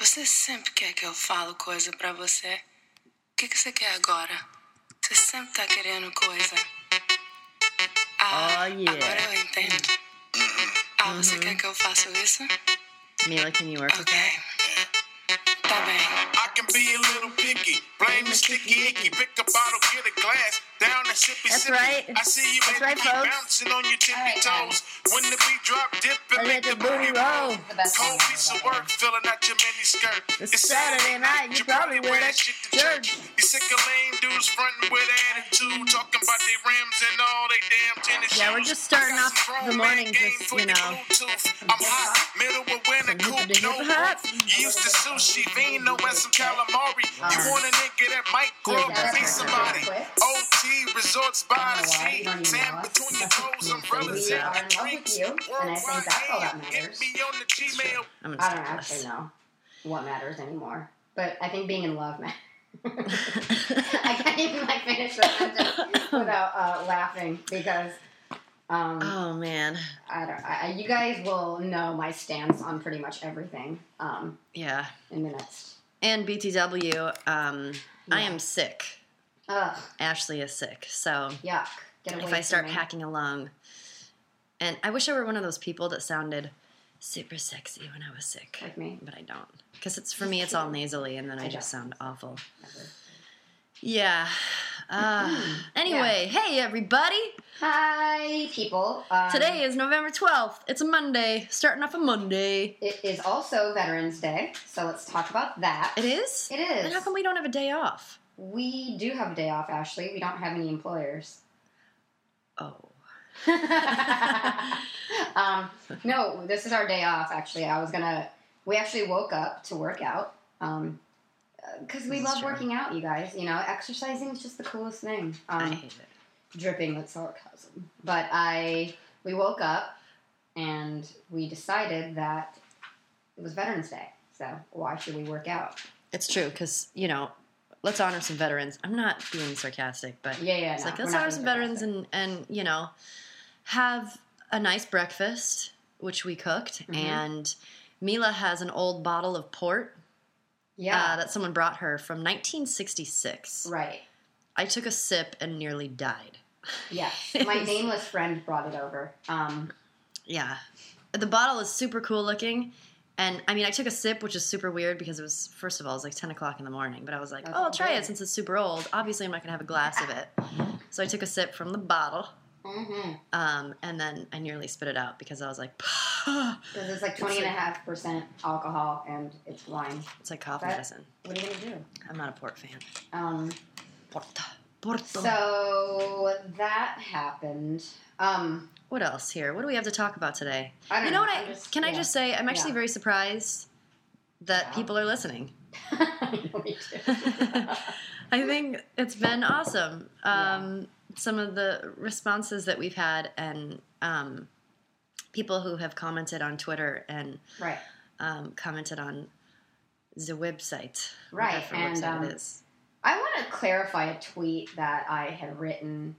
Você sempre quer que eu falo coisa pra você. O que, que você quer agora? Você sempre tá querendo coisa. Ah, Oh, agora eu yeah. entendo. Ah, você quer que eu faça isso? Mila, can you work with Ok. Tá bem. I can be a little picky, blame the sticky icky. Pick a bottle, get a glass, down and sippy That's sippy. right. I see you That's right, baby, folks. bouncing on your tippy Alright, toes. When the beat drop, dip and Let's make let the the booty booty roll. roll. The best Cold song piece of ever. work, filling out your mini skirt. It's Saturday night, you probably wear that shit to church. You sick of lame dudes fronting with attitude, talking about their rims and all they damn tennis Yeah, we're shoes. just starting I got off some grown the man morning game just, for you your know. Bluetooth. I'm hot, middle of winter, From hip cool, to hip no hop. work. You used to sushi, vino, and some calamari. You Uh-huh. want a nigga that might grow up Yeah, and be that's right. somebody. OT, resorts by the why, sea. you don't even Sand know us. between your toes, umbrellas We in are the in love with drinks. you, and I think that's all that Worldwide, hit matters. me on the Gmail. I'm gonna I don't stop actually this. know what matters anymore, but I think being in love matters. I can't even like finish the sentence without uh, laughing because um, Oh man, I don't. I, I- you guys will know my stance on pretty much everything um, yeah. in the next. And BTW, um, I Yeah. am sick. Ugh, Ashley is sick, so yuck! Get away if I start from me. hacking along, and I wish I were one of those people that sounded super sexy when I was sick, Like me. but I don't, because it's for me it's all nasally, and then I I just don't. sound awful. Yeah. Uh, anyway, hey everybody! Hi, people. Um, Today is November twelfth. It's a Monday, starting off a Monday. it is also Veterans Day, so let's talk about that. It is. It is. Then how come we don't have a day off? We do have a day off, Ashley. We don't have any employers. Oh. um, no, this is our day off. Actually, I was gonna. We actually woke up to work out because we is love true. working out. You guys, you know, exercising is just the coolest thing. I Um, hate it. dripping with sarcasm, but I we woke up and we decided that it was Veterans Day, so why should we work out? It's true because you know, let's honor some veterans. I'm not being sarcastic, but Yeah, yeah. it's no, like we're let's not honor being some veterans sarcastic. and and you know, have a nice breakfast which we cooked Mhm. and. Mila has an old bottle of port uh, yeah, that someone brought her from 1966. right. I took a sip and nearly died. Yes, my nameless friend brought it over. Um, Yeah. The bottle is super cool looking. And I mean, I took a sip, which is super weird because it was, first of all, it was like 10 o'clock in the morning. But I was like, That's oh, I'll try it good. since it's super old. Obviously, I'm not going to have a glass of it. So I took a sip from the bottle. mhm. Um, and then I nearly spit it out because I was like, Because it's like twenty and a half percent alcohol and it's wine. it's like cough That- medicine. What are you gonna do? I'm not a port fan. Um, Porta. Porto. so that happened. Um, what else here? What do we have to talk about today? I don't You know what? I'm I, can I yeah. just say, I'm actually Yeah. very surprised that Yeah. people are listening. I know we do. I think it's been awesome. Um, Some of the responses that we've had, and um, people who have commented on Twitter and right, um, commented on the website. Right, whatever and, website um, it is. I want to clarify a tweet that I had written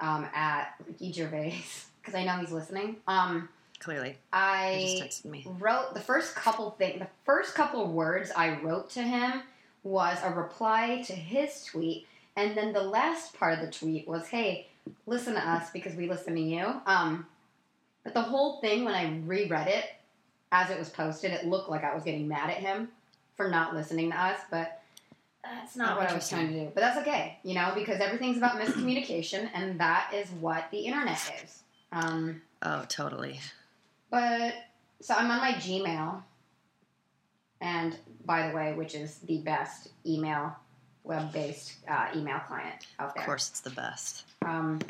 um, at Ricky Gervais because I know he's listening. Um, Clearly, I he just texted me. wrote the first couple thing the first couple words I wrote to him was a reply to his tweet and then the last part of the tweet was hey listen to us because we listen to you um but the whole thing when I reread it as it was posted it looked like I was getting mad at him for not listening to us but that's not Oh, what I was trying to do but that's okay you know because everything's about miscommunication and that is what the internet is um Oh, totally. but so I'm on my Gmail, and by the way, which is the best email web-based uh, email client out there. Of course, it's the best. Um,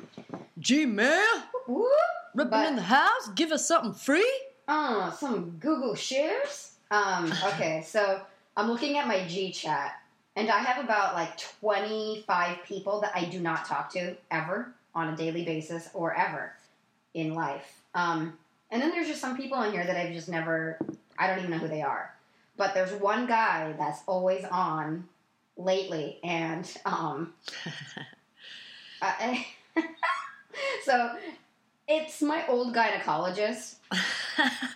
Gmail, whoop, rip 'em But- in the house. Give us something free. oh, some Google shares. Um, okay, so I'm looking at my G chat, and I have about like 25 people that I do not talk to ever on a daily basis or ever in life. Um, and then there's just some people on here that I've just never, I don't even know who they are. But there's one guy that's always on lately, and um, I, so it's my old gynecologist,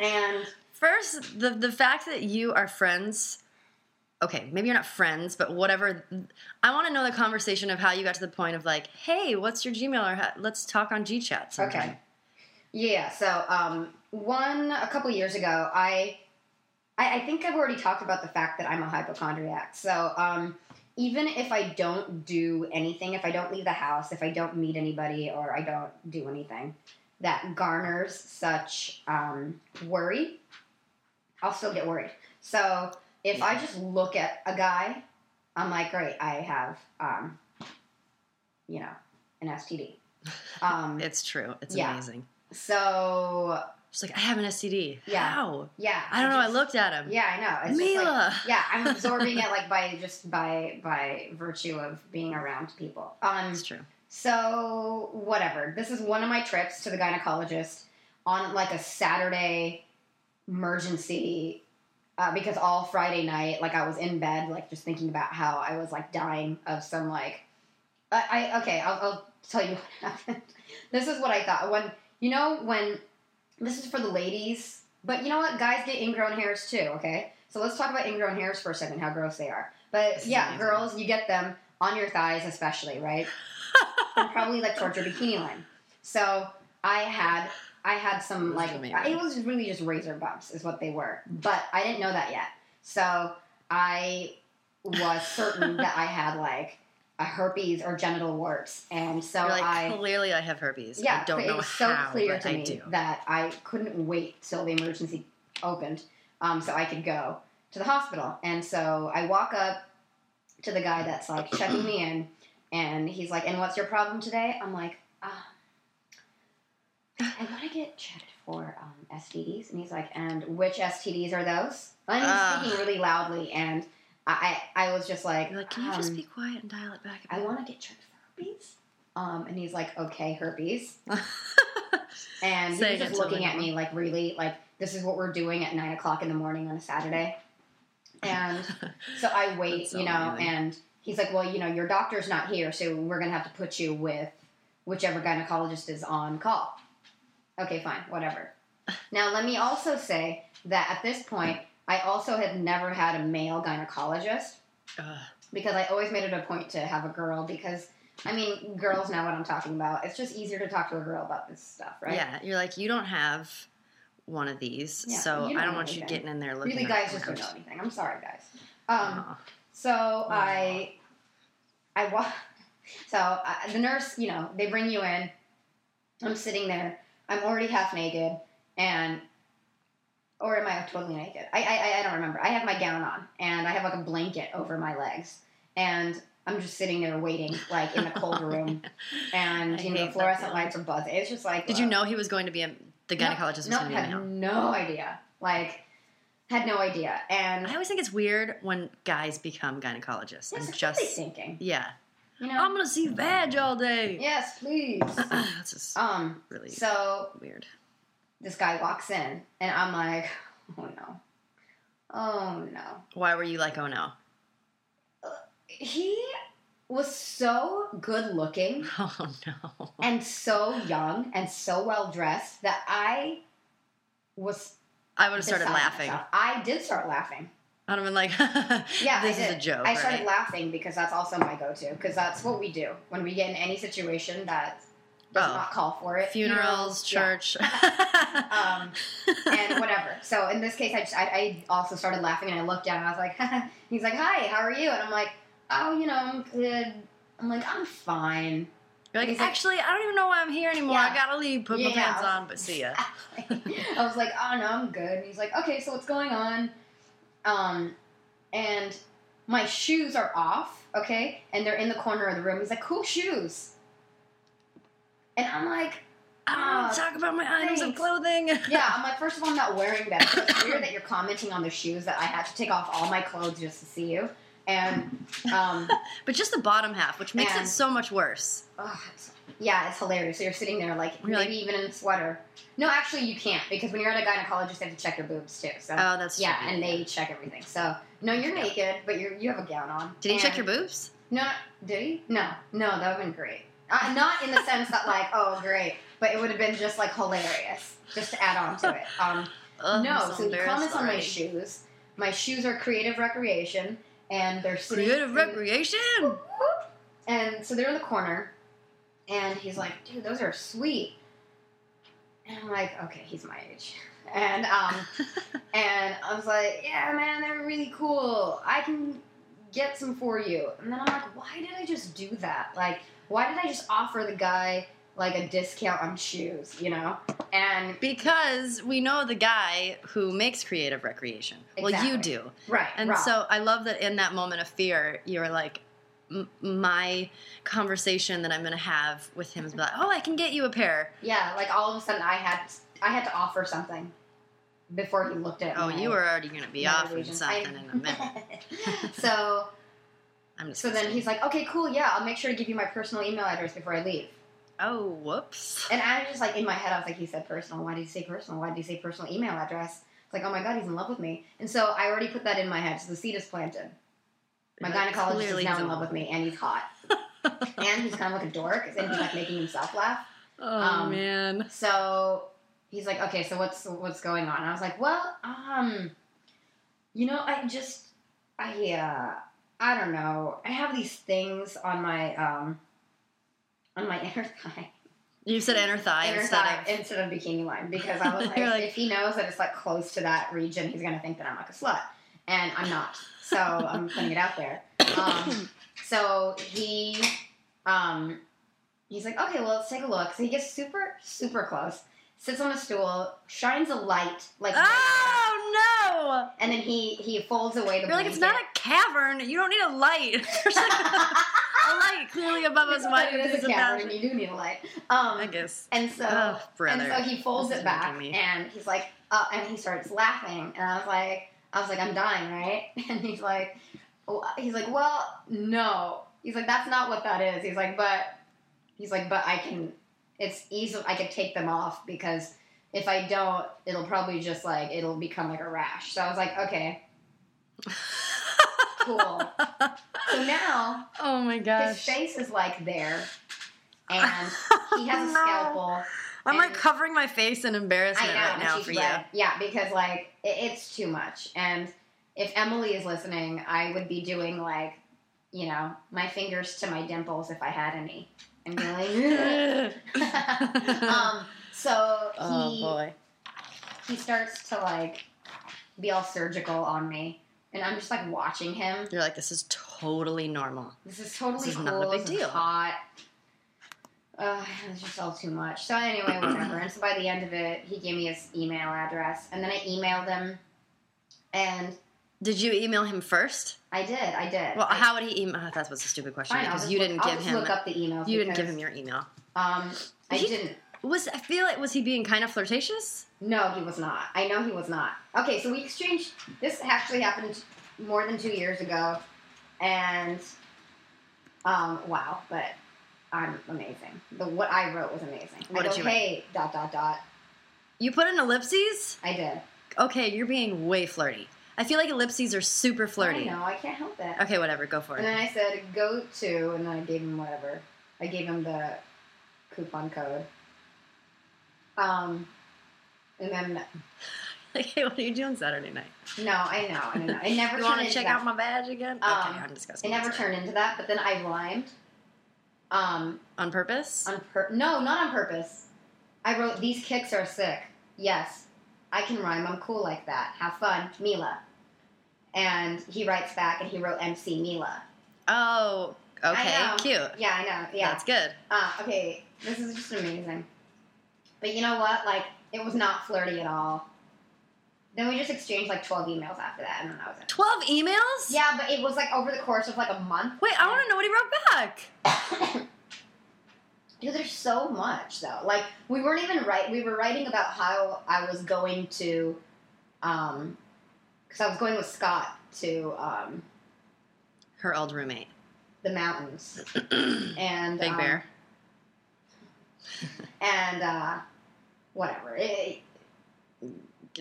and First, the the fact that you are friends. Okay, maybe you're not friends, but whatever. I want to know the conversation of how you got to the point of like, hey, what's your Gmail? Or how, let's talk on GChat. Sometime. Okay. Yeah. So, um, one a couple years ago, I, I, I think I've already talked about the fact that I'm a hypochondriac. So, um, even if I don't do anything, if I don't leave the house, if I don't meet anybody, or I don't do anything that garners such um, worry, I'll still get worried. So, if I just look at a guy, I'm like, great, I have, um, you know, an STD. Um, It's true. It's Yeah. amazing. so She's like, I have an STD. Yeah. How? yeah, I don't know. I just- looked at him. Yeah, I know. It's just like, Mila. yeah, I'm absorbing it like by just by by virtue of being around people. Um, It's true. so whatever. This is one of my trips to the gynecologist on like a Saturday emergency uh, because all Friday night, like I was in bed, like just thinking about how I was like dying of some like. I, I okay, I'll, I'll tell you what happened. this is what I thought when you know when this is for the ladies, but you know what? Guys get ingrown hairs too. Okay, so let's talk about ingrown hairs for a second. How gross they are. But This is yeah, amazing. girls, you get them on your thighs, especially right, and probably like towards your bikini line. So I had I had some This is like amazing. it was really just razor bumps is what they were, but I didn't know that yet. So I was certain that I had like a herpes or genital warts, and so You're like, I clearly I have herpes. yeah, I don't it know was how, so clear but to I me do. that I couldn't wait till the emergency opened, um, so I could go to the hospital. And so I walk up to the guy that's like checking me in, and he's like, "And what's your problem today?" I'm like, um, "I want to get checked for um, STDs," and he's like, "And which STDs are those?" And he's Ah. speaking really loudly, and I, I, I was just like, You're like, can you just um, be quiet and dial it back? a I bit?" want to get checked for herpes. Um, and he's like, okay, herpes. and he Say was it just to looking me. at me like, really, like, this is what we're doing at nine o'clock in the morning on a Saturday. And so I wait, That's so you know, amazing. and he's like, well, you know, your doctor's not here, so we're going to have to put you with whichever gynecologist is on call. Okay, fine, whatever. Now, let me also say that at this point, I also had never had a male gynecologist Ugh. because I always made it a point to have a girl because I mean girls know what I'm talking about. It's just easier to talk to a girl about this stuff, right? Yeah, you're like, you don't have one of these, Yeah, so you I don't don't want know you anything. getting in there looking Really, at Uh-huh. guys just don't records. know anything. I'm sorry, guys. Um, Aw. So I, I wa- So I, the nurse, you know, they bring you in. I'm sitting there. I'm already half naked, and or am I totally naked? I I, I- I don't remember. I have my gown on, and I have like a blanket over my legs, and I'm just sitting there waiting, like in a cold room, and I you know, hate the that fluorescent feeling. lights are buzzing. It's just like, Did you ugh. know he was going to be a, the No, gynecologist was No, going to be a had male? no idea. Like, had no idea, and I always think it's weird when guys become gynecologists Yes, and that's what they just thinking, yeah, you know. I'm gonna see vag all day. yes, please. That's just um. really So weird. this guy walks in, and I'm like, oh no, oh no. Why were you like, oh no? He was so good looking Oh no. and so young and so well dressed that I was. I would have started beside laughing. myself. I did start laughing. I'd have been like, Yeah, this I is a did. joke. I started right? laughing because that's also my go-to because that's what we do when we get in any situation that does Oh. not call for it. Funerals, yeah. church. um, and whatever. So in this case, I just I, I also started laughing and I looked down and I was like, he's like, "Hi, how are you?" And I'm like, "Oh, you know, I'm good." I'm like, "I'm fine." You're like, He's like- actually, I don't even know why I'm here anymore. Yeah. I gotta leave, put my Yeah. Ah, pants on, but see ya. I was like, "Oh no, I'm good." And he's like, "Okay, so what's going on?" Um, and my shoes are off, okay, and they're in the corner of the room. He's like, "Cool shoes," and I'm like, I don't want to Oh, talk about my items of thanks. clothing. Yeah, I'm like, first of all, I'm not wearing them. So it's weird that you're commenting on the shoes that I had to take off all my clothes just to see you. And um, But just the bottom half, which makes Yeah. it so much worse. ugh, it's- yeah, it's hilarious. So you're sitting there like You're maybe even in a sweater. No, actually, you can't because when you're at a gynecologist, they have to check your boobs too. So Oh, that's yeah, tricky. and they check everything. So no, you're Yeah. naked, but you you have a gown on. Did he check And- your boobs? No, did he? No, no, that would have been great. Uh, not in the sense that like, oh, great, but it would have been just like hilarious, just to add on to it. Um, Ugh, no, I'm so, he embarrassed comments on my already. shoes. My shoes are creative recreation, and they're sitting Creative in- recreation. And so they're in the corner, and he's like, "Dude, those are sweet." And I'm like, "Okay, he's my age." And um, and I was like, "Yeah, man, they're really cool. I can get some for you." And then I'm like, "Why did I just do that? Like, why did I just offer the guy like a discount on shoes? You know?" And Because we know the guy who makes creative recreation. Well, you Exactly. do. right, And Rob. so I love that in that moment of fear, you're like, m- my conversation that I'm going to have with him is about, oh, I can get you a pair. yeah, like all of a sudden I had I had to offer something before he looked at. Oh, my- you were already going to be my off reasons. I- something in a minute. so I'm just so then he's like, okay, cool, yeah, I'll make sure to give you my personal email address before I leave. oh, whoops. And I was just like in my head, I was like, he said personal. Why did he say personal? Why did he say personal email address? It's like, oh my god, he's in love with me. And so I already put that in my head. So the seed is planted. My Like, gynecologist clearly is now he's in love with me, and he's hot, and he's kind of like a dork, and he's like making himself laugh. Oh, Um, man. So he's like, okay, so what's what's going on? I was like, well, um, you know, I just, I, uh, I don't know. I have these things on my, um, on my inner thigh, You said inner thigh inner instead thigh of. instead of bikini line because I was like, You're like- if he knows that it's like close to that region, he's gonna think that I'm like a slut, and I'm not. So I'm putting it out there. Um, so he, um, he's like, okay, well, let's take a look. So he gets super, super close, sits on a stool, shines a light, like, Ah! Oh, and then he he folds away the. no! You're like, it's not a cavern. You don't need a light. There's like a, a light clearly above us. Why do you it think is it's a a cavern. cavern? You do need a light. Um, I guess. And so, Oh, brother. And so he folds This it is back, making me- and he's like, uh, and he starts laughing, and I was like, I was like, I'm dying, right? And he's like, oh, he's like, well, no. He's like, that's not what that is. He's like, but, he's like, but I can, it's easy. I could take them off because if I don't, it'll probably just like it'll become like a rash. So I was like, okay, cool. so now Oh my his gosh. face is like there, and he has No. a scalpel. I'm like and- covering my face in embarrassment right and now she's for red. Yeah, because like it, it's too much. And if Emily is listening, I would be doing like, you know, my fingers to my dimples if I had any, and be you. like, um. So he oh boy. he starts to like be all surgical on me, and I'm just like watching him. You're like, this is totally normal. This is totally This is cool. not a big this is deal. hot. Ugh, it was just all too much. So anyway, whatever. and so by the end of it, he gave me his email address, and then I emailed him, and Did you email him first? I did, I did. Well, I, how would he email? oh, That's what's a stupid question Fine, I'll because just you look- didn't I'll give just him. look up the emails. You didn't give because, him your email. Um, I He- didn't. Was I feel like was he being kind of flirtatious? No, he was not. I know he was not. Okay, so we exchanged. This actually happened more than two years ago, and um, wow, but I'm amazing. The what I wrote was amazing. What I did go, you write? Hey, dot dot dot. You put in ellipses. I did. Okay, you're being way flirty. I feel like ellipses are super I flirty. know. I can't help it. Okay, whatever. Go for And it. then I said go to, and then I gave him whatever. I gave him the coupon code. Um, and then Like, hey, what are you doing Saturday night? no, I know, I know. It never You turned want to into check that. out my badge again? Okay, Um, I'm disgusting. It never turned into that, but then I rhymed. Um, on purpose. on pur- no, not on purpose. I wrote these kicks are sick. Yes, I can rhyme. I'm cool like that. Have fun, Mila. And he writes back, and he wrote MC Mila. Oh, okay, I know. cute. Yeah, I know. Yeah, That's good. Uh, okay, this is just amazing. But you know what? Like, it was not flirty at all. Then we just exchanged like 12 emails after that, and then that was it. 12 emails? Yeah, but it was like over the course of like a month. Wait, I want to know what he wrote back. Dude, there's so much though. Like, we weren't even right. We were writing about how I was going to, um, because I was going with Scott to um Her old roommate, the mountains and Big um, Bear. and uh, whatever. It-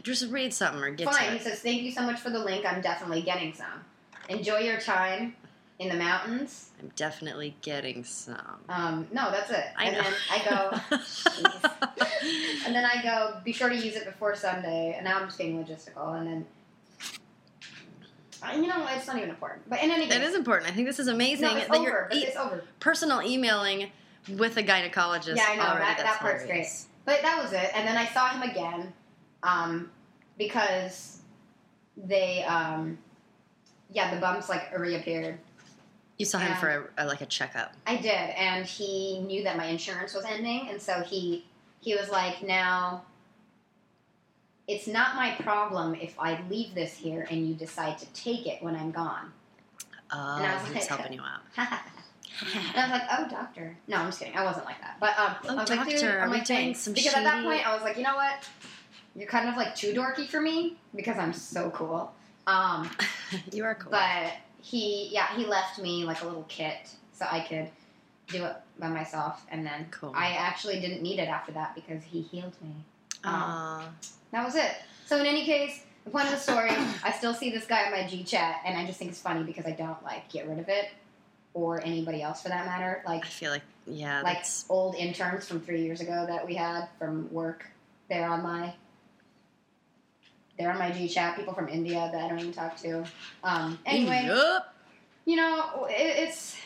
Just read something or get Fine. to He it. says, "Thank you so much for the link. I'm definitely getting some. Enjoy your time. in the mountains. I'm definitely getting some. Um, no, that's it. I and know. then I go, "Jeez." and then I go, be sure to use it before Sunday. And now I'm just being logistical. And then, I- you know, it's not even important. But in any case, It is important. I think this is amazing no, it's that over. you're but e- it's over. personal emailing with a gynecologist. Yeah, I know, already. that- That's that part's hilarious. But that was it. And then I saw him again um, because they, um, yeah, the bumps like reappeared. You saw him Yeah. for a, a, like a checkup. I did, and he knew that my insurance was ending, and so he he was like, "Now, it's not my problem if I leave this here and you decide to take it when I'm gone." Oh, I was he's like- helping you out. and I was like, "Oh, doctor." No, I'm just kidding. I wasn't like that. But um, Oh, I was like, "Dude, doctor, I'm are we like, doing thanks." some because at that shady- point, I was like, "You know what? You're kind of like too dorky for me because I'm so cool." Um, you are cool. But he, yeah, he left me like a little kit so I could do it by myself, and then Cool. I actually didn't need it after that because he healed me. Um, Aw. that was it. So in any case, the point of the story, I still see this guy in my G chat, and I just think it's funny because I don't like get rid of it or anybody else for that matter. Like I feel like yeah, like that's old interns from three years ago that we had from work. They're on my they're on my G chat. People from India that I don't even talk to. Um, anyway Yup. you know, it, it's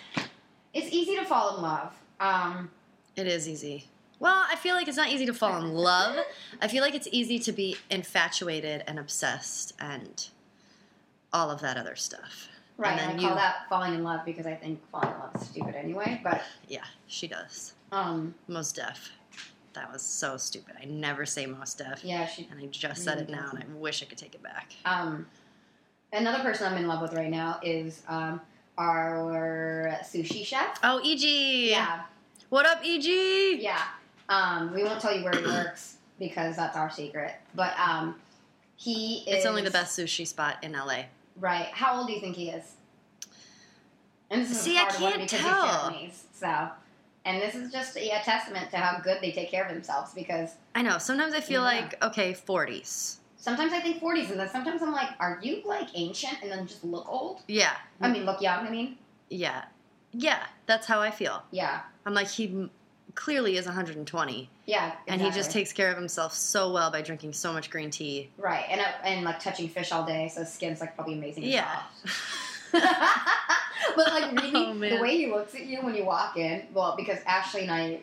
it's easy to fall in love. Um, It is easy. Well, I feel like it's not easy to fall in love. I feel like it's easy to be infatuated and obsessed and all of that other stuff. right, And and then I you- call that falling in love because I think falling in love is stupid anyway. But Yeah, she does. um, Most deaf. That was so stupid. I never say most deaf. yeah, she. And I just said it now and I wish I could take it back. Um, another person I'm in love with right now is um, our sushi chef. Oh, EG. Yeah, What up, E EG? yeah. Um, we won't tell you where he works because that's our secret. But um, he is. It's only the best sushi spot in LA. Right. How old do you think he is? And this is See, a I hard one can't because he's tell. Japanese, so, and this is just a testament to how good they take care of themselves. Because I know. Sometimes I feel Yeah. like, okay, 40s. sometimes I think 40s, and then sometimes I'm like, are you like ancient and then just look old? Yeah. I mean, look young. I mean, yeah. Yeah. That's how I feel. yeah, I'm like, he m- clearly is 120. yeah. And he just exactly. takes care of himself so well by drinking so much green tea. right, and uh, and like touching fish all day, so his skin's like probably amazing. and Yeah. soft. but like really, Oh, man. the way he looks at you when you walk in, well, because Ashley and I,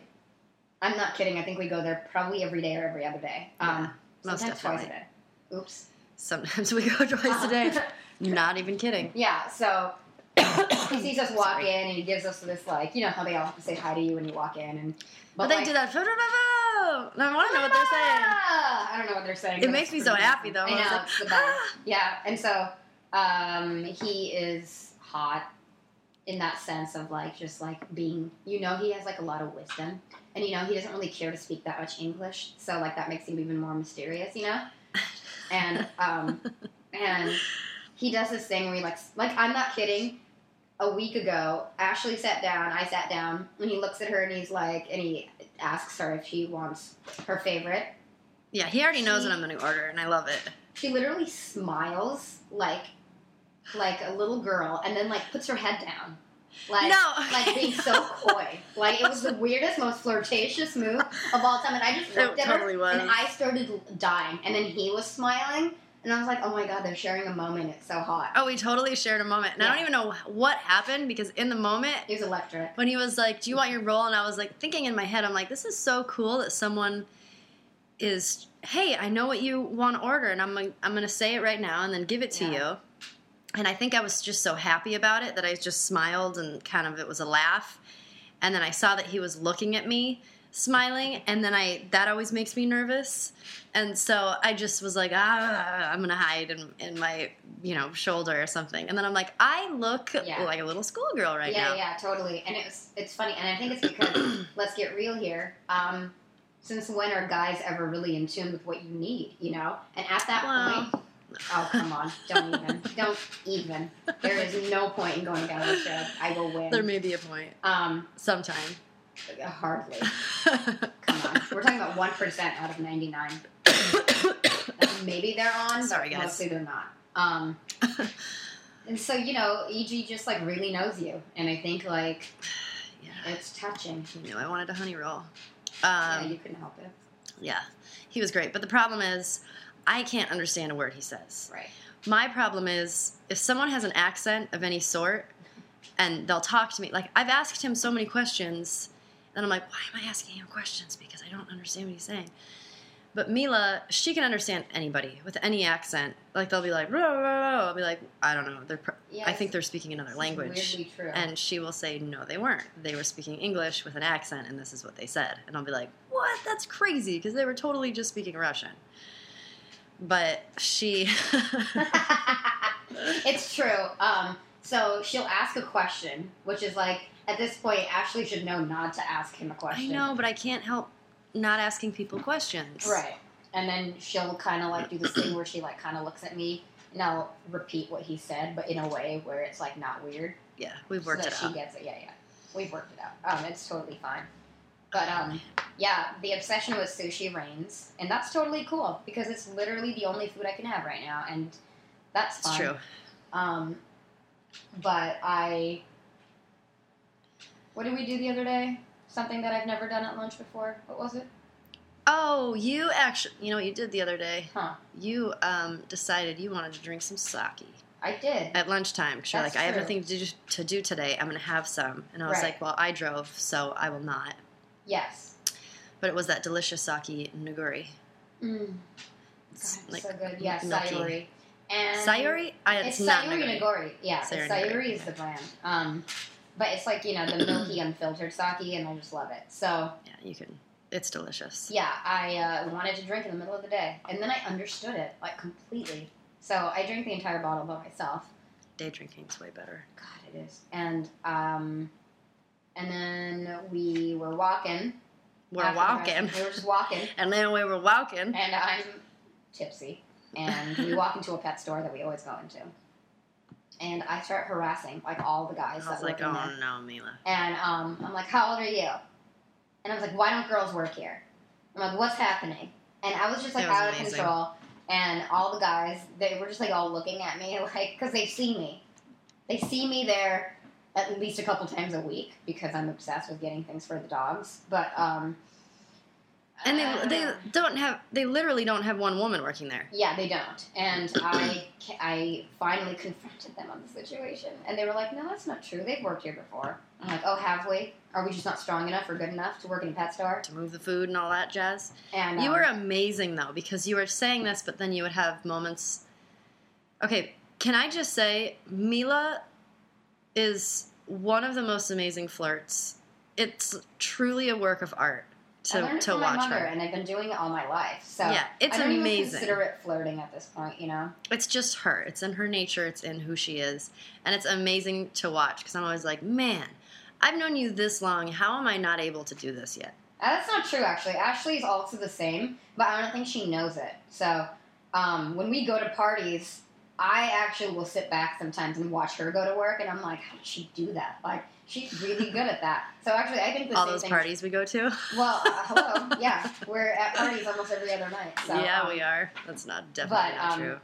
I'm not kidding. I think we go there probably every day or every other day. Um, Yeah, most sometimes twice a definitely. day. Oops. Sometimes we go twice a day. Not even kidding. yeah. So he sees us walk in and he gives us this like, you know how they all have to say hi to you when you walk in, and But, they do that. And I want to know what they're saying. "Ah!" I don't know what they're saying. It but makes it's me so pretty happy, though, awesome. when I I was know like, "Ah!" it's the best. Yeah, and so um, he is hot in that sense of like just like being. You know, he has like a lot of wisdom, and you know he doesn't really care to speak that much English, so like that makes him even more mysterious. You know, and um, and he does this thing where he like like I'm not kidding. A week ago, Ashley sat down. I sat down, and he looks at her and he's like, and he asks her if she wants her favorite, Yeah, he already knows She- what I'm going to order, and I love it. she literally smiles like like a little girl and then like puts her head down like No. like being so coy like it was the weirdest most flirtatious move of all time and i just It looked at totally her was. and i started dying and then he was smiling and i was like oh my god they're sharing a moment it's so hot Oh, we totally shared a moment. And I don't Yeah. even know what happened because in the moment it was electric when he was like, Do you want your roll? And I was like, thinking in my head, I'm like, This is so cool that someone is, Hey, I know what you want to order. And I'm, like, I'm going to say it right now and then give it to Yeah. you. And I think I was just so happy about it that I just smiled and kind of it was a laugh. And then I saw that he was looking at me smiling and then i that always makes me nervous and so i just was like ah i'm gonna hide in, in my you know shoulder or something and then i'm like i look Yeah. like a little schoolgirl right yeah, now yeah, totally. And it's it's funny, and I think it's because let's get real here. Um, since when are guys ever really in tune with what you need? You know, and at that Well. point, oh come on, don't even, don't even. There is no point in going down this road. I will win. there may be a point um, sometime hardly. Come on, we're talking about one percent out of ninety nine. Maybe they're on. Sorry, but guys. Mostly they're not. Um, and so you know, EG just like really knows you, and I think like Yeah. it's touching. He knew I wanted a honey roll. Um, yeah, you couldn't help it, yeah, he was great. But the problem is, I can't understand a word he says. right? My problem is if someone has an accent of any sort and they'll talk to me, like I've asked him so many questions, and I'm like, why am I asking him questions? Because I don't understand what he's saying. But Mila, she can understand anybody with any accent. Like they'll be like, "Rah, rah, rah." I'll be like, I don't know. They're, pro- Yeah, I think it's- they're speaking another it's language. weirdly true. And she will say, No, they weren't. They were speaking English with an accent, and this is what they said. And I'll be like, What? That's crazy, because they were totally just speaking Russian. But she. it's true. Um, so she'll ask a question, which is like at this point, Ashley should know not to ask him a I question. know, but I can't help not asking people questions. Right. And then she'll kind of like do this thing where she like kind of looks at me and I'll repeat what he said, but in a way where it's like not weird. Yeah, we've worked so that it she out. gets it. Yeah, yeah. We've worked it out. Um, it's totally fine. But um, yeah, the obsession with sushi reigns, and that's totally cool because it's literally the only food I can have right now, and that's It's fine. true. Um, but I. What did we do the other day? Something that I've never done at lunch before. What was it? Oh, you actually. You know what you did the other day? Huh. You um, decided you wanted to drink some sake I did. at lunchtime. Cause you're like, That's I have true. nothing to do, to do today. I'm going to have some. And I was Right. like, Well, I drove, so I will not. yes. But it was that delicious sake nuguri. Mm. It's God, like so good. Yes, milky. sayuri. And Sayuri? I, It's, it's, not Sayuri nuguri. Nagori. Yeah, Sayuri it's Sayuri Nagori, is the brand. Um, but it's like you know the milky unfiltered sake, and I just love it. So Yeah, you can. It's delicious. yeah, I uh, wanted to drink in the middle of the day, and then I understood it like completely. So I drank the entire bottle by myself. Day drinking's way better. God, it is. And um, and then we were walking. We're after the rest- walking. We were just walking, And then we were walking. and I'm tipsy, and we walk into a pet store that we always go into. And I start harassing like all the guys. I was that work like, in there. oh no, Mila. And um, I'm like, how old are you? And I was like, why don't girls work here? I'm like, what's happening? And I was just like It was out of amazing. control. And all the guys, they were just like all looking at me, like, because they've seen me. They see me there at least a couple times a week because I'm obsessed with getting things for the dogs. But, um, And uh, they, they don't have, they literally don't have one woman working there. yeah, they don't. And I, ca- I finally confronted them on the situation, and they were like, "No, that's not true. They've worked here before." I'm like, "Oh, have we? Are we just not strong enough or good enough to work in a pet store?" To move the food and all that jazz. And You um, were amazing though, because you were saying this, but then you would have moments. Okay, can I just say, Mila is one of the most amazing flirts. It's truly a work of art I learned to, it to from my watch mother, her. and I've been doing it all my life. So Yeah, it's I don't Even amazing. consider it flirting at this point, you know. It's just her. It's in her nature, it's in who she is. And it's amazing to watch because I'm always like, man, I've known you this long. How am I not able to do this yet? Uh, That's not true, actually. Ashley's also the same, but I don't think she knows it. So um, when we go to parties, I actually will sit back sometimes and watch her go to work, and I'm like, how did she do that? Like, she's really good at that. So actually, I think the all same those thing. parties we go to? Well, uh, hello, yeah, we're at parties almost every other night. So, yeah, um, we are. That's not definitely but, not um, true.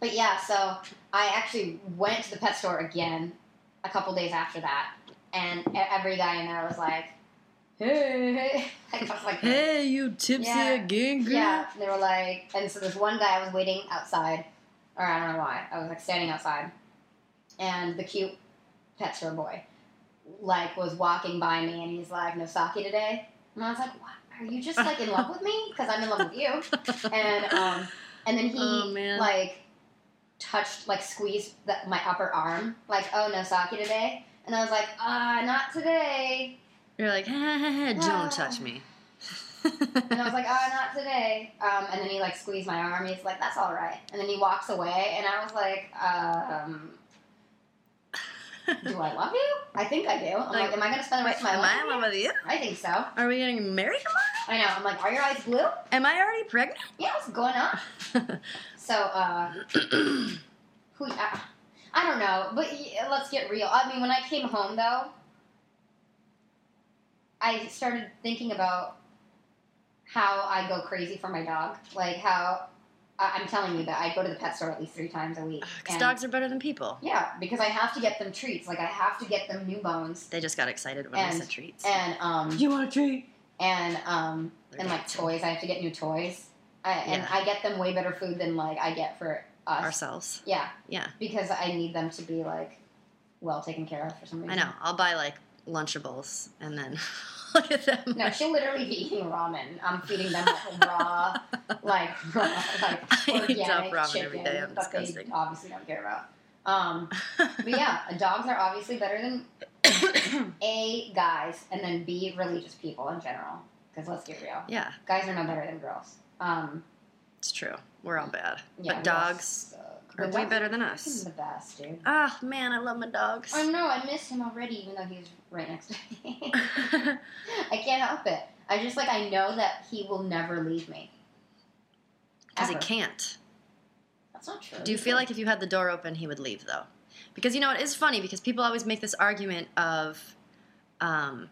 But yeah, so I actually went to the pet store again a couple days after that, and e- every guy in there was like, "Hey, hey," like, I was like, Hey, you tipsy Yeah. again, girl. yeah." They were like, and so this one guy I was waiting outside, or I don't know why, I was like standing outside, and the cute pet store boy, like, was walking by me, and he's like, "No sake today," and I was like, "What? Are you just like in love with me? Because I'm in love with you." and um, and then he Oh, man. like touched, like squeezed the, my upper arm, like, "Oh no, sake today," and I was like, "Ah, not today," You're like, "Ha, ha, ha, ha, Ah. don't touch me. and I was like, "Ah, not today," um, and then he like squeezed my arm. He's like, "That's all right," and then he walks away, and I was like, um. Do I love you? I think I do. I'm like, Like, am I going to spend the rest of my Am life? I in with you?" love with you? I think so. Are we getting married tomorrow? I know. I'm like, are your eyes blue? Am I already pregnant? Yeah, what's going on? So, uh, who? I, I don't know, but y- let's get real. I mean, when I came home though, I started thinking about how I go crazy for my dog, like how I- I'm telling you that I go to the pet store at least three times a week. Because And- dogs are better than people. Yeah, because I have to get them treats. Like I have to get them new bones They just got excited when I And- said treats. and um you want a treat? and um They're and like dancing. toys. I have to get new toys. I, And Yeah. I get them way better food than like I get for us. Ourselves. Yeah, Yeah. because I need them to be like well taken care of for some I reason. know. I'll buy like Lunchables and then look at them. No, she'll literally be eating ramen. I'm feeding them like raw, like raw, like I organic eat dump ramen chicken every day. I'm that they disgusting. obviously don't care about. Um, but yeah, dogs are obviously better than a guys, and then b religious people in general. Because let's get real, yeah, guys are no better than girls. Um, it's true. We're all bad. yeah, but we dogs all suck. are But way dogs better than are fucking us. The best, dude. Ah, man, I love my dogs. Oh no, I miss him already, even though he's right next to me. I can't help it. I just like I know that he will never leave me. Because it Ever. can't. That's not true. Do you feel like if you had the door open, he would leave though? Because you know it is funny because people always make this argument of, um,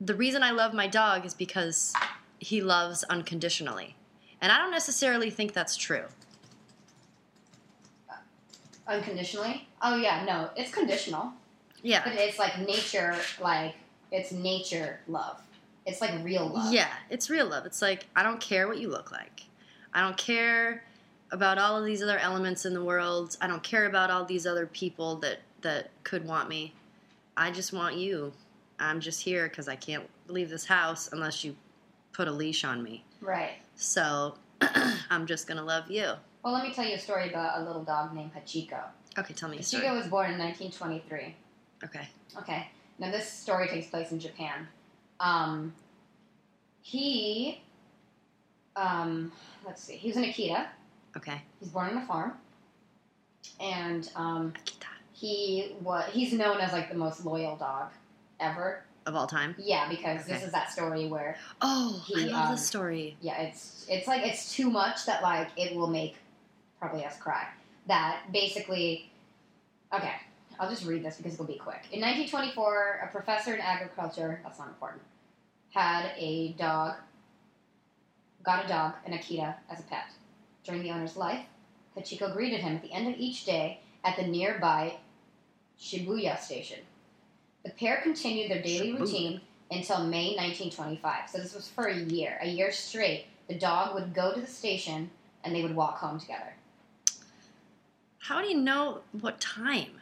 the reason I love my dog is because he loves unconditionally, and I don't necessarily think that's true. unconditionally? Oh yeah, no, it's conditional, but Yeah, it's like nature, like it's nature love. It's like real love. yeah, it's real love. It's like I don't care what you look like, I don't care about all of these other elements in the world. I don't care about all these other people that that could want me. I just want you. I'm just here because I can't leave this house unless you put a leash on me. right. So I'm just gonna love you. Well, let me tell you a story about a little dog named Hachiko. Okay, tell me a story. Hachiko was born in 1923. Okay. Okay. Now this story takes place in Japan. Um, he, um, let's see, he was an Akita. Okay. He's born on a farm, and um, Akita. he was he's known as like the most loyal dog ever. Of all time. Yeah, because this Okay. is that story where Oh, I He, love um, this story. yeah, it's it's like it's too much that like it will make probably us cry. That basically, okay, I'll just read this because it'll be quick. In 1924, a professor in agriculture that's not important had a dog, got a dog, an Akita as a pet. During the owner's life, Hachiko greeted him at the end of each day at the nearby Shibuya station. The pair continued their daily Shibuya. routine until May 1925. So this was for a year, a year straight. The dog would go to the station and they would walk home together. How do you know what time?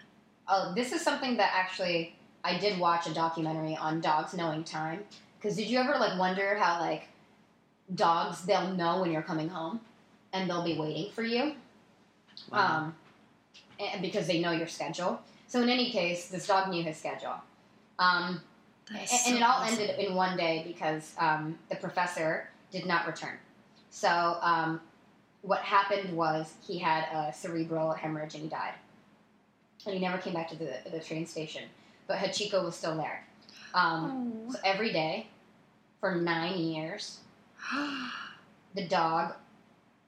Oh, this is something that actually I did watch a documentary on dogs knowing time. Because did you ever like wonder how like dogs they'll know when you're coming home and they'll be waiting for you? um, and because they know your schedule. So in any case, this dog knew his schedule. Um, That and, is so and it all awesome. ended in one day because um, the professor did not return. So um, what happened was he had a cerebral hemorrhage and he died. And he never came back to the, the train station. But Hachiko was still there. Um, Oh. So every day for nine years, Oh. the dog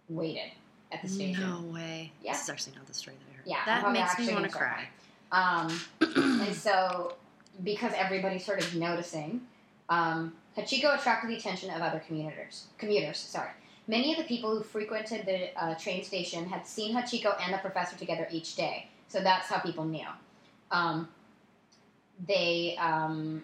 waited at the station. no way. Yeah. This is actually not the story that I heard. Yeah, That I'm makes actually me want to gonna cry. start Um, and so, because everybody's sort of noticing, um, Hachiko attracted the attention of other commuters. Commuters, sorry. Many of the people who frequented the uh, train station had seen Hachiko and the professor together each day, so that's how people knew. Um, they, um,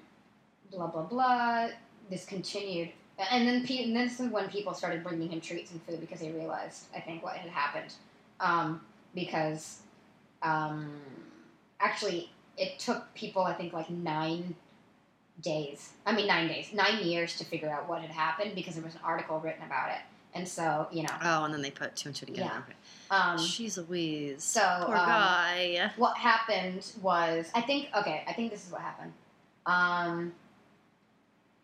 blah blah blah. This continued, and then pe- and this is when people started bringing him treats and food because they realized, I think, what had happened. Um, because um, actually, it took people, I think, like nine days. I mean, nine days, nine years to figure out what had happened because there was an article written about it, and so you know. Oh, and then they put two and two together. Yeah. Okay. Um, She's a wheeze. so, Poor um, guy. what happened was I think okay, I think this is what happened. Um,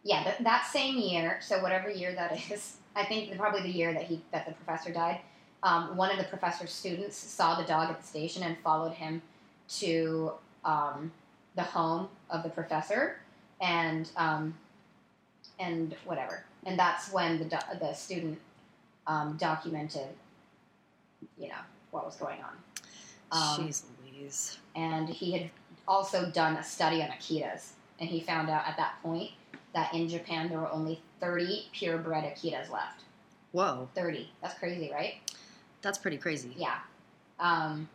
yeah, th- that same year, so whatever year that is, I think probably the year that he that the professor died. Um, one of the professor's students saw the dog at the station and followed him to um, the home of the professor, and um, and whatever, and that's when the do- the student um, documented, you know, what was going on. Um, She's Louise. and he had also done a study on Akitas, and he found out at that point that in Japan there were only 30 purebred Akitas left. Whoa. 30. That's crazy, right? That's pretty crazy. Yeah. Um,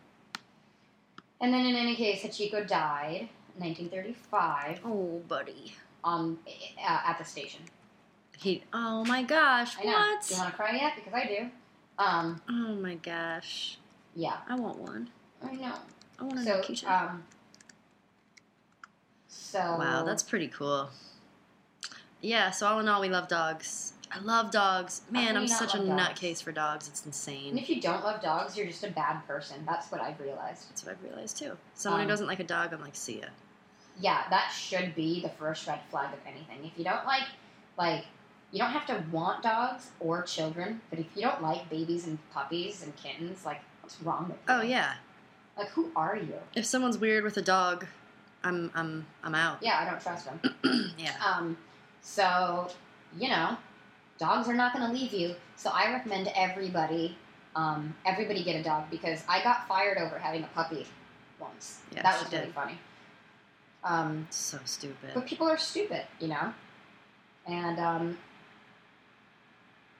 and then in any case, Hachiko died in 1935 Oh, buddy. on, uh, at the station. He. Oh my gosh. I know. What? You want to cry yet? Because I do. Um, Oh my gosh. yeah. I want one. I know. I want a So, Nokia. um, so Wow, that's pretty cool. Yeah, so all in all, we love dogs. I love dogs. Man, can I'm you not such a love dogs? nutcase for dogs. It's And insane. if you don't love dogs, you're just a bad person. That's what I've realized. That's what I've realized too. Someone Um, who doesn't like a dog, I'm like, see ya. Yeah, that should be the first red flag of anything. If you don't like, like, you don't have to want dogs or children, but if you don't like babies and puppies and kittens, like, what's wrong with you? Oh yeah. Like, who are you? If someone's weird with a dog, I'm I'm I'm out. Yeah, I don't trust them. yeah. Um, so, you know, dogs are not going to leave you. So I recommend everybody, um, everybody get a dog because I got fired over having a puppy once. Yeah, that she was really did. funny. Um, So stupid. but people are stupid, you know? And, um,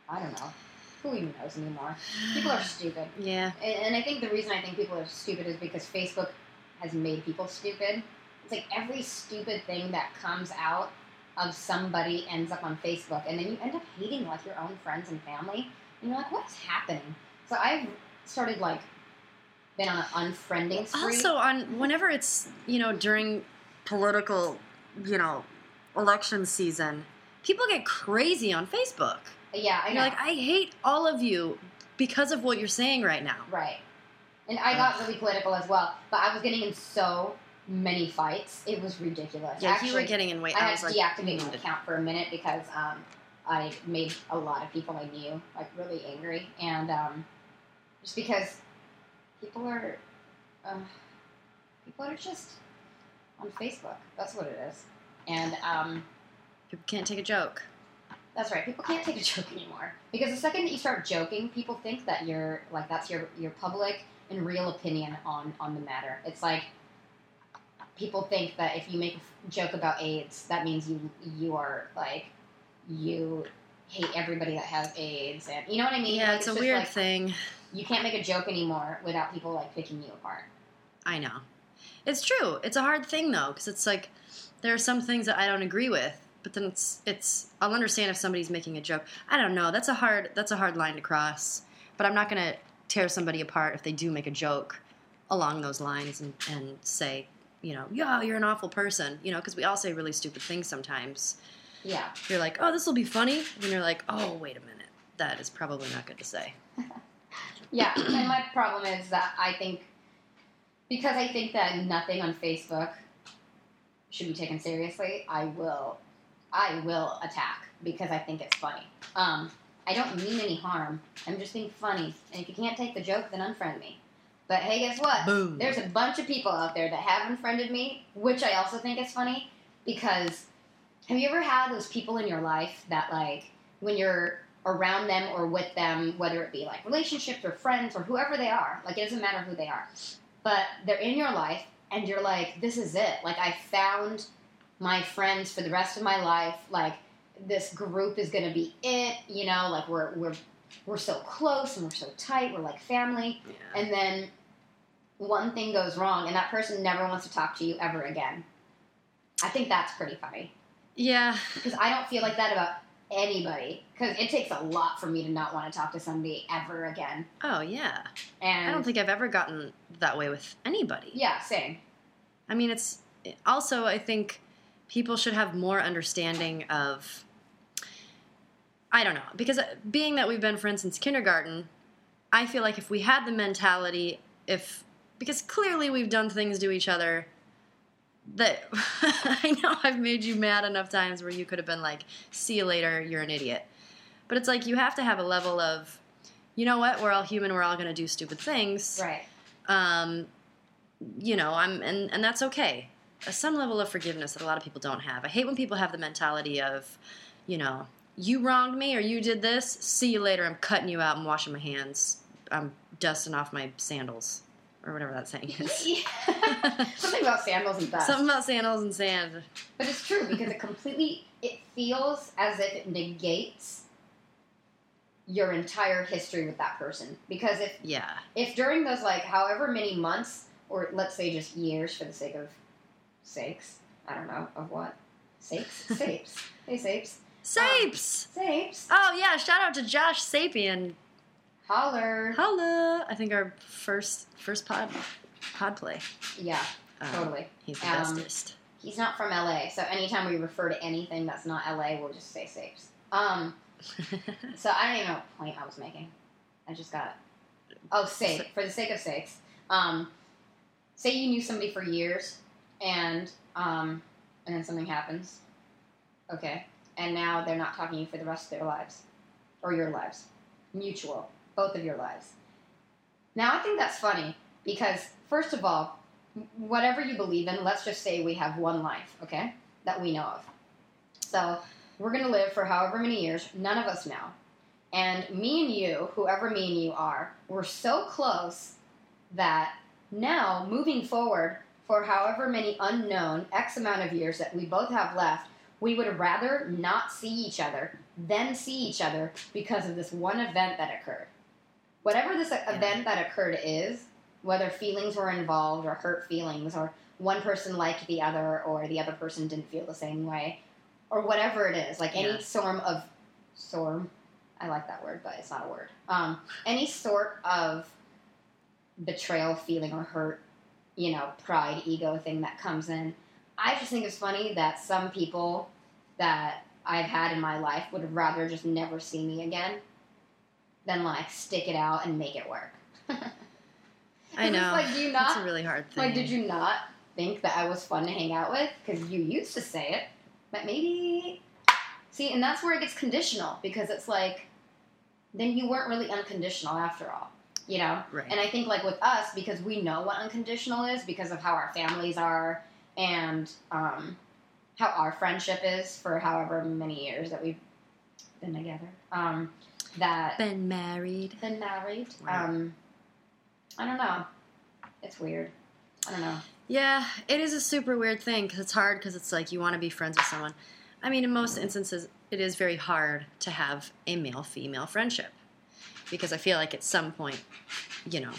I don't know. Who even knows anymore? People are stupid. Yeah. And, and I think the reason I think people are stupid is because Facebook has made people stupid. It's like every stupid thing that comes out of somebody ends up on Facebook, and then you end up hating like your own friends and family, and you're like, "What's happening?" So I've started like been on an unfriending spree. Also, on whenever it's you know during political, you know, election season, people get crazy on Facebook. yeah, I And know, you're like, I hate all of you because of what you're saying right now. right? And I got really political as well, but I was getting in so many fights, it was ridiculous. Yeah, Actually, you were getting in weight. I I, had was to like, deactivate mm, my account for a minute because um, I made a lot of people I knew like really angry, and um, just because people are uh, people are just on Facebook. That's what it is, and um, people can't take a joke. that's right. People can't take a joke anymore because the second that you start joking, people think that you're like that's your your public and real opinion on on the matter. It's like people think that if you make a f- joke about AIDS, that means you you are like you hate everybody that has AIDS, and you know what I mean? Yeah, Like, it's, a just weird like, thing. You can't make a joke anymore without people like picking you apart. I know. It's true. It's a hard thing though, because it's like there are some things that I don't agree with, but then it's it's I'll understand if somebody's making a joke. I don't know. That's a hard that's a hard line to cross. But I'm not gonna tear somebody apart if they do make a joke along those lines and, and say, you know, yo, you're an awful person, you know, because we all say really stupid things sometimes. Yeah, You're like, oh, this will be funny, and you're like, oh, wait a minute, that is probably not good to say. yeah. and my problem is that I think because I think that nothing on Facebook should be taken seriously, I will I will attack because I think it's funny. Um, I don't mean any harm. I'm just being funny. And if you can't take the joke, then unfriend me. But hey, guess what? Boom. There's a bunch of people out there that have unfriended me, which I also think is funny because have you ever had those people in your life that like when you're around them or with them, whether it be like relationships or friends or whoever they are, like it doesn't matter who they are, but they're in your life and you're like, this is it. Like I found my friends for the rest of my life. Like this group is gonna be it. You know, like we're we're we're so close and we're so tight. We're like family. Yeah. And then one thing goes wrong, and that person never wants to talk to you ever again. I think that's pretty funny yeah. because I don't feel like that about anybody. Because it takes a lot for me to not want to talk to somebody ever again. Oh yeah. And I don't think I've ever gotten that way with anybody. yeah, same. I mean, it's also, I think people should have more understanding of, I don't know, because uh, being that we've been friends since kindergarten, I feel like if we had the mentality, if, because clearly we've done things to each other that I know I've made you mad enough times where you could have been like, see you later, you're an idiot. But it's like you have to have a level of, you know what, we're all human, we're all going to do stupid things Right. um, you know, I'm and and that's okay. Uh, Some level of forgiveness that a lot of people don't have. I hate when people have the mentality of, you know, you wronged me or you did this. See you later. I'm cutting you out. I'm washing my hands. I'm dusting off my sandals or whatever that saying is. Something about sandals and dust. Something about sandals and sand. But it's true because it completely it feels as if it negates your entire history with that person. Because if Yeah. if during those like however many months or let's say just years for the sake of sakes, I don't know of what sakes sapes hey sapes Um, Sapes. sapes oh yeah! Shout out to Josh Sapien. holler Holla! I think our first first pod pod play. yeah Um, totally He's the Um, bestest. He's not from LA, so anytime we refer to anything that's not LA, we'll just say Sapes. Um, so I don't even know what point I was making. I just got it. Oh, sake. For the sake of sakes. Um, say you knew somebody for years, and um, and then something happens. Okay. And now they're not talking to you for the rest of their lives. Or your lives. Mutual. Both of your lives. Now, I think that's funny because, first of all, whatever you believe in, let's just say we have one life, okay, that we know of. So we're going to live for however many years, none of us know. And me and you, whoever me and you are, we're so close that now, moving forward for however many unknown X amount of years that we both have left, we would rather not see each other than see each other because of this one event that occurred. Whatever this event that occurred is, whether feelings were involved or hurt feelings or one person liked the other or the other person didn't feel the same way or whatever it is like any Yeah. form of storm i like that word but it's not a word um, any sort of betrayal feeling or hurt you know pride ego thing that comes in i just think it's funny that some people that i've had in my life would rather just never see me again than like stick it out and make it work I It's know. like, do you That's not- a really hard thing. Like, did you not think that I was fun to hang out with? Because you used to say it, but maybe. See, and that's where it gets conditional because it's like, then you weren't really unconditional after all, you know? Right. And I think, like, with us, because we know what unconditional is because of how our families are and um, how our friendship is for however many years that we've been together, um, that been married. been married. Right. Um, I don't know. It's weird. I don't know. Yeah, it is a super weird thing because it's hard because it's like you want to be friends with someone. I mean, in most instances, it is very hard to have a male female friendship because I feel like at some point, you know,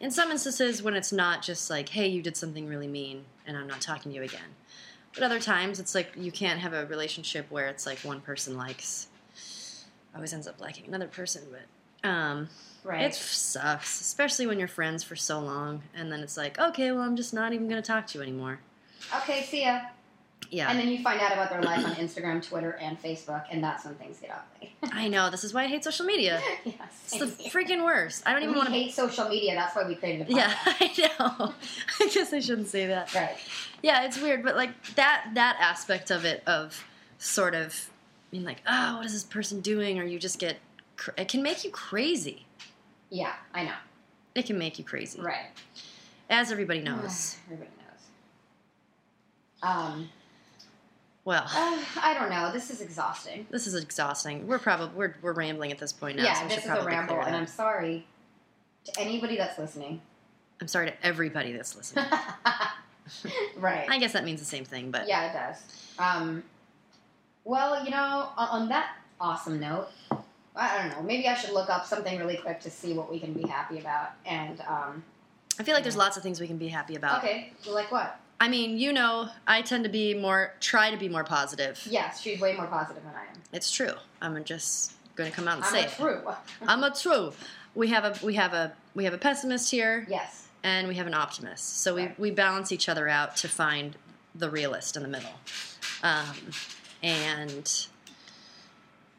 in some instances when it's not just like, hey, you did something really mean and I'm not talking to you again. But other times, it's like you can't have a relationship where it's like one person likes, always ends up liking another person, but. Um, Right. it sucks, especially when you're friends for so long, and then it's like, okay, well, I'm just not even gonna talk to you anymore. okay, see ya. Yeah, And then you find out about their life on Instagram, Twitter, and Facebook, and that's when things get ugly. I know this is why I hate social media. yes. It's the freaking worst. I don't even we want to. hate social media. That's why we created a podcast. Yeah, I know. I guess I shouldn't say that. Right. Yeah, it's weird, but like that that aspect of it of sort of being like, oh, what is this person doing? Or you just get cr- it can make you crazy. Yeah, I know. It can make you crazy, Right. as everybody knows. Everybody knows. Um, Well. uh, I don't know. This is exhausting. This is exhausting. We're probably we're, we're rambling at this point now. so yeah, we this should is a probably ramble, clear it and up. I'm sorry to anybody that's listening. I'm sorry to everybody that's listening. right. I guess that means the same thing, but Yeah, it does. Um, well, you know, on, on that awesome note, I don't know. Maybe I should look up something really quick to see what we can be happy about. And um, I feel like there's lots of things we can be happy about. okay, like what? I mean, you know, I tend to be more try to be more positive. Yes, she's way more positive than I am. It's true. I'm just going to come out and I'm say a it. true. I'm a true. We have a we have a we have a pessimist here yes, and we have an optimist. So we Right. we balance each other out to find the realist in the middle. Um, and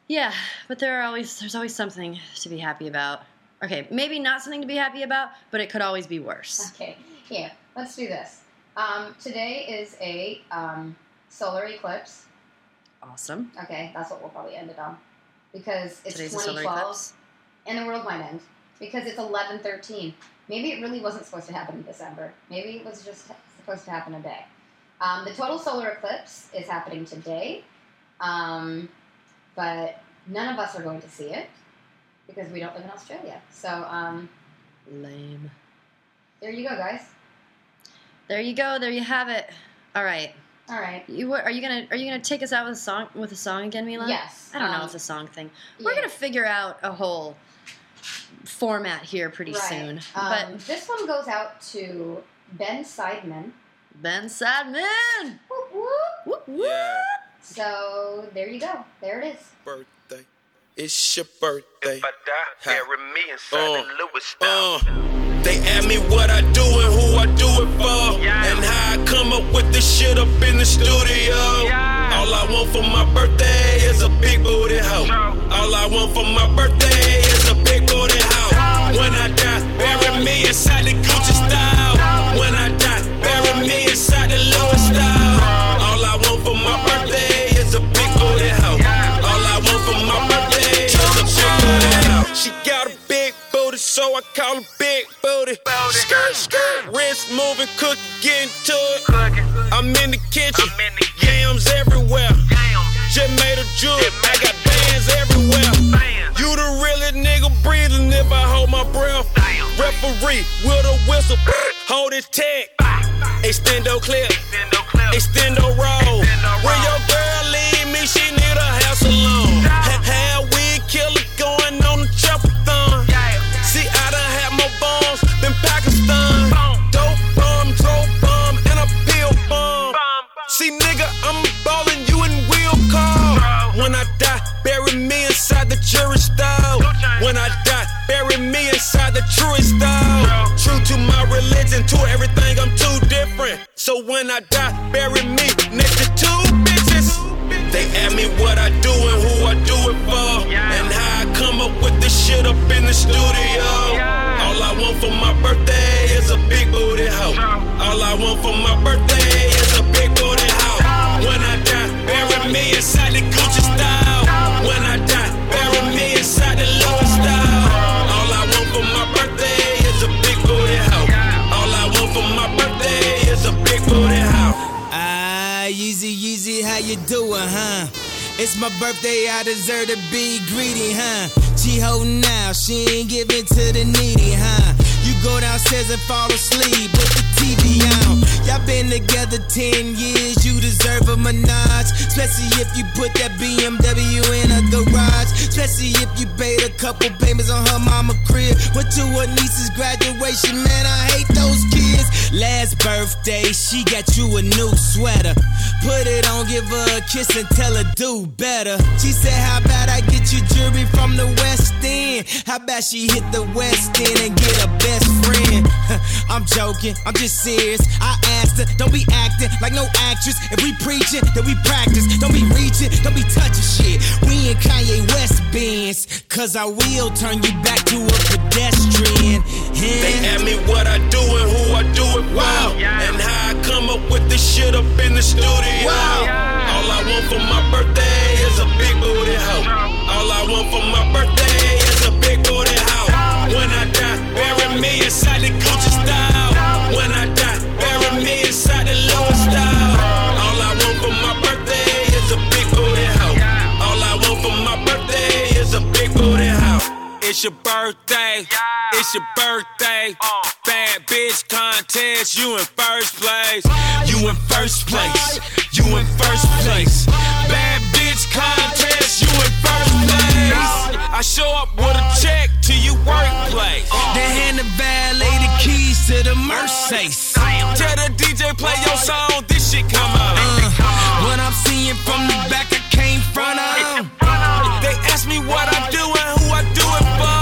yeah, but there are always there's always something to be happy about. Okay, maybe not something to be happy about, but it could always be worse. Okay, here, let's do this. Um, today is a um, solar eclipse. Awesome. Okay, that's what we'll probably end it on because it's Today's a solar 2012 eclipse. and the world might end because it's 11:13. Maybe it really wasn't supposed to happen in December. Maybe it was just supposed to happen a day. Um, the total solar eclipse is happening today, um, but none of us are going to see it because we don't live in Australia. So um, Lame. there you go, guys. There you go. There you have it. All right. All right. You, what, are you gonna Are you gonna take us out with a song with a song again, Mila? Yes. I don't know. Um, It's a song thing. We're yeah. gonna figure out a whole format here pretty right. soon. Um, but this one goes out to Ben Sideman. Ben Sadman. Whoop, whoop. Whoop, whoop. Yeah. So there you go. There it is. birthday. It's your birthday. If I die, bury me inside Uh, the Lewis style. Uh, they ask me what I do and who I do it for, Yeah. and how I come up with this shit up in the studio. Yeah. All I want for my birthday is a big booty hoe. True. All I want for my birthday is a big booty hoe. When I die, bury me inside the Gucci style. When I die, bury me inside the Louis style. All I want for my birthday is a big booty hoe. All I want for my birthday is a big booty hoe. She got a big booty, so I call her big booty. Booty. Skirt, skirt, wrist moving, cookie getting to it. Cooking, I'm in the kitchen, I'm in the kitchen. yams everywhere. damn, Just made a jewel. Just I made got a- bands everywhere. man, You the realest nigga breathing if I hold my breath. Damn. Referee with a whistle. Hold his tag. Extendo clip. extendo clip, Extendo roll. Extendo roll. When your girl leave me, she need a hair salon. Yeah. Ha- Had weed killer going on the triple yeah, See, I done had more bombs than Pakistan. Boom. Dope bomb, dope bomb, and a pill bomb. Bomb. See, nigga, I'm ballin', you in real call. Bro. When I die, bury me inside the jury's style. Go Giants. When I die, bury me inside the truest style. Bro. True to my religion, to everything, I'm too different. So when I die, bury me next to two bitches. They ask me what I do and who I do it for, Yeah. and how I come up with this shit up in the studio. Yeah. All I want for my birthday is a big booty hoe. True. All I want for my birthday is a big booty hoe. When I die, bury me inside the Gucci style. When I die, bury me inside the Louis style. All I want for my birthday is a big booty hoe. Yeah. All I want for my birthday is a big booty hoe. Ah, Yeezy, Yeezy, how you doin', huh? It's my birthday, I deserve to be greedy, huh? She holdin' now, she ain't giving to the needy, huh? You go downstairs and fall asleep with the TV on. Y'all been together 10 years, you deserve a menage. Especially if you put that BMW in a garage. Especially if you paid a couple payments on her mama crib. Went to her niece's graduation, man, I hate those kids. Last birthday, she got you a new sweater. Put it on, give her a kiss and tell her do better. She said, How about I get you jewelry from the West End? How about she hit the West End and get a best friend? I'm joking, I'm just serious. I asked her, Don't be acting like no actress. If we preaching, then we practice. Don't be reaching, don't be touching shit. We in Kanye West bands, cause I will turn you back to a pedestrian. Yeah. They ask me what I do and who I do it for, Yeah. and how I come up with this shit up in the studio. Yeah. All I want for my birthday is a big booty hoe. Yeah. All I want for my birthday is a big booty hoe. When I die, bury me inside the Gucci style. When I die, bury me inside the Louis style. All I want for my birthday is a big booty hoe. Yeah. All I want for my birthday is a big booty hoe. It's your birthday. Yeah. It's your birthday. Uh. Bad bitch contest. You in first place. You in first place. You in first place. Bad bitch contest. You in first place. I show up with a check to your workplace. They hand the valet the keys to the Mercedes. Tell the DJ play your song. This shit come out. Uh, what I'm seeing from the back, I came front of. They ask me what I do and who I do it for.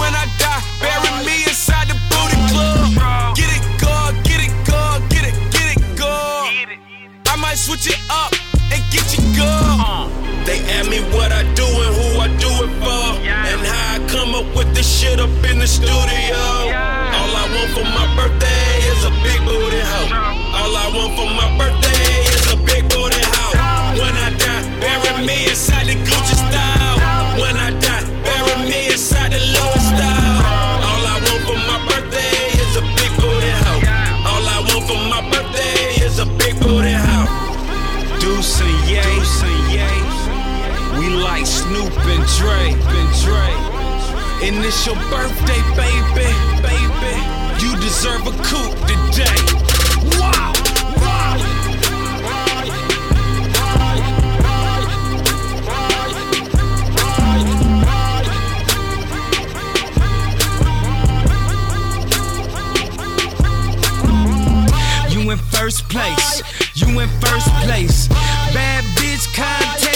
When I die, bury me inside the booty club. Get it, girl, get it, girl, get it, get it, girl. Get it. I might switch it up and get you girl. They ask me what I do and who I do it for, Yeah. and how I come up with this shit up in the studio. Yeah. All I want for my birthday is a big booty hoe. Yeah. All I want for my birthday is a big booty hoe. When I die, bury me inside the Gucci style. When I die, bury me inside the Louis style. All I want for my birthday is a big booty hoe. Yeah. All I want for my birthday is a big booty hoe. Deuce and yay, We like Snoop and Dre, and Dre. And it's your birthday, baby, baby. You deserve a coup today. Wow, wow. in first place. You in first place. Bad bitch contest.